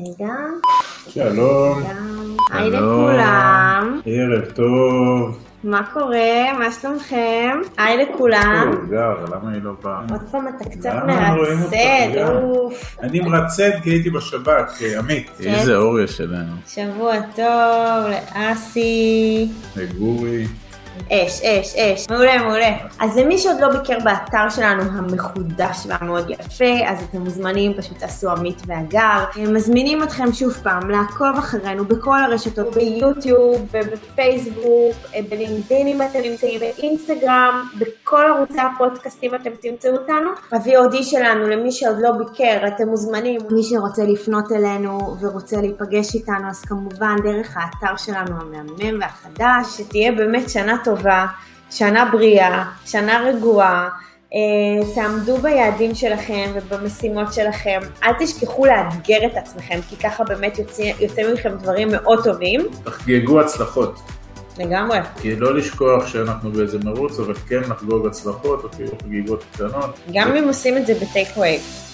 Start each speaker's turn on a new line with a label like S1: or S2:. S1: רגע,
S2: שלום,
S1: גם... היי
S3: שלום.
S1: לכולם,
S2: ערב טוב.
S1: מה קורה? מה שלומכם? היי לכולם.
S2: איפה גר, למה היא לא באה?
S1: עוד פעם אתה קצת
S2: למה לא רואים אותך,
S1: מרצד,
S2: יא?
S1: אוף.
S2: אני מרצד כי הייתי בשב"כ, אה, עמית.
S1: כן.
S3: איזה אור יש אלינו.
S1: שבוע טוב לאסי.
S2: לגורי.
S1: אש, אש, אש. מעולה, מעולה. אז למי שעוד לא ביקר באתר שלנו המחודש והמאוד יפה, אז אתם מוזמנים, פשוט תעשו עמית והגר. מזמינים אתכם שוב פעם לעקוב אחרינו בכל הרשתות, ביוטיוב ובפייסבוק, בלינקדאין אם אתם נמצאים, באינסטגרם, בכל ערוצי הפודקאסטים אתם תמצאו אותנו. ב-VOD שלנו, למי שעוד לא ביקר, אתם מוזמנים. מי שרוצה לפנות אלינו ורוצה להיפגש איתנו, אז כמובן דרך האתר שלנו המהמם והחדש, שתהיה באמת שנה טובה, שנה בריאה, שנה רגועה. אה, תעמדו ביעדים שלכם ובמשימות שלכם, אל תשכחו לאתגר את עצמכם, כי ככה באמת יוצא, יוצא מכם דברים מאוד טובים.
S2: תחגגו הצלחות.
S1: לגמרי.
S2: כי לא לשכוח שאנחנו באיזה מרוץ, אבל כן לחגוג הצלחות, אפילו חגיגות קטנות.
S1: גם אם עושים את זה בטייק אווי.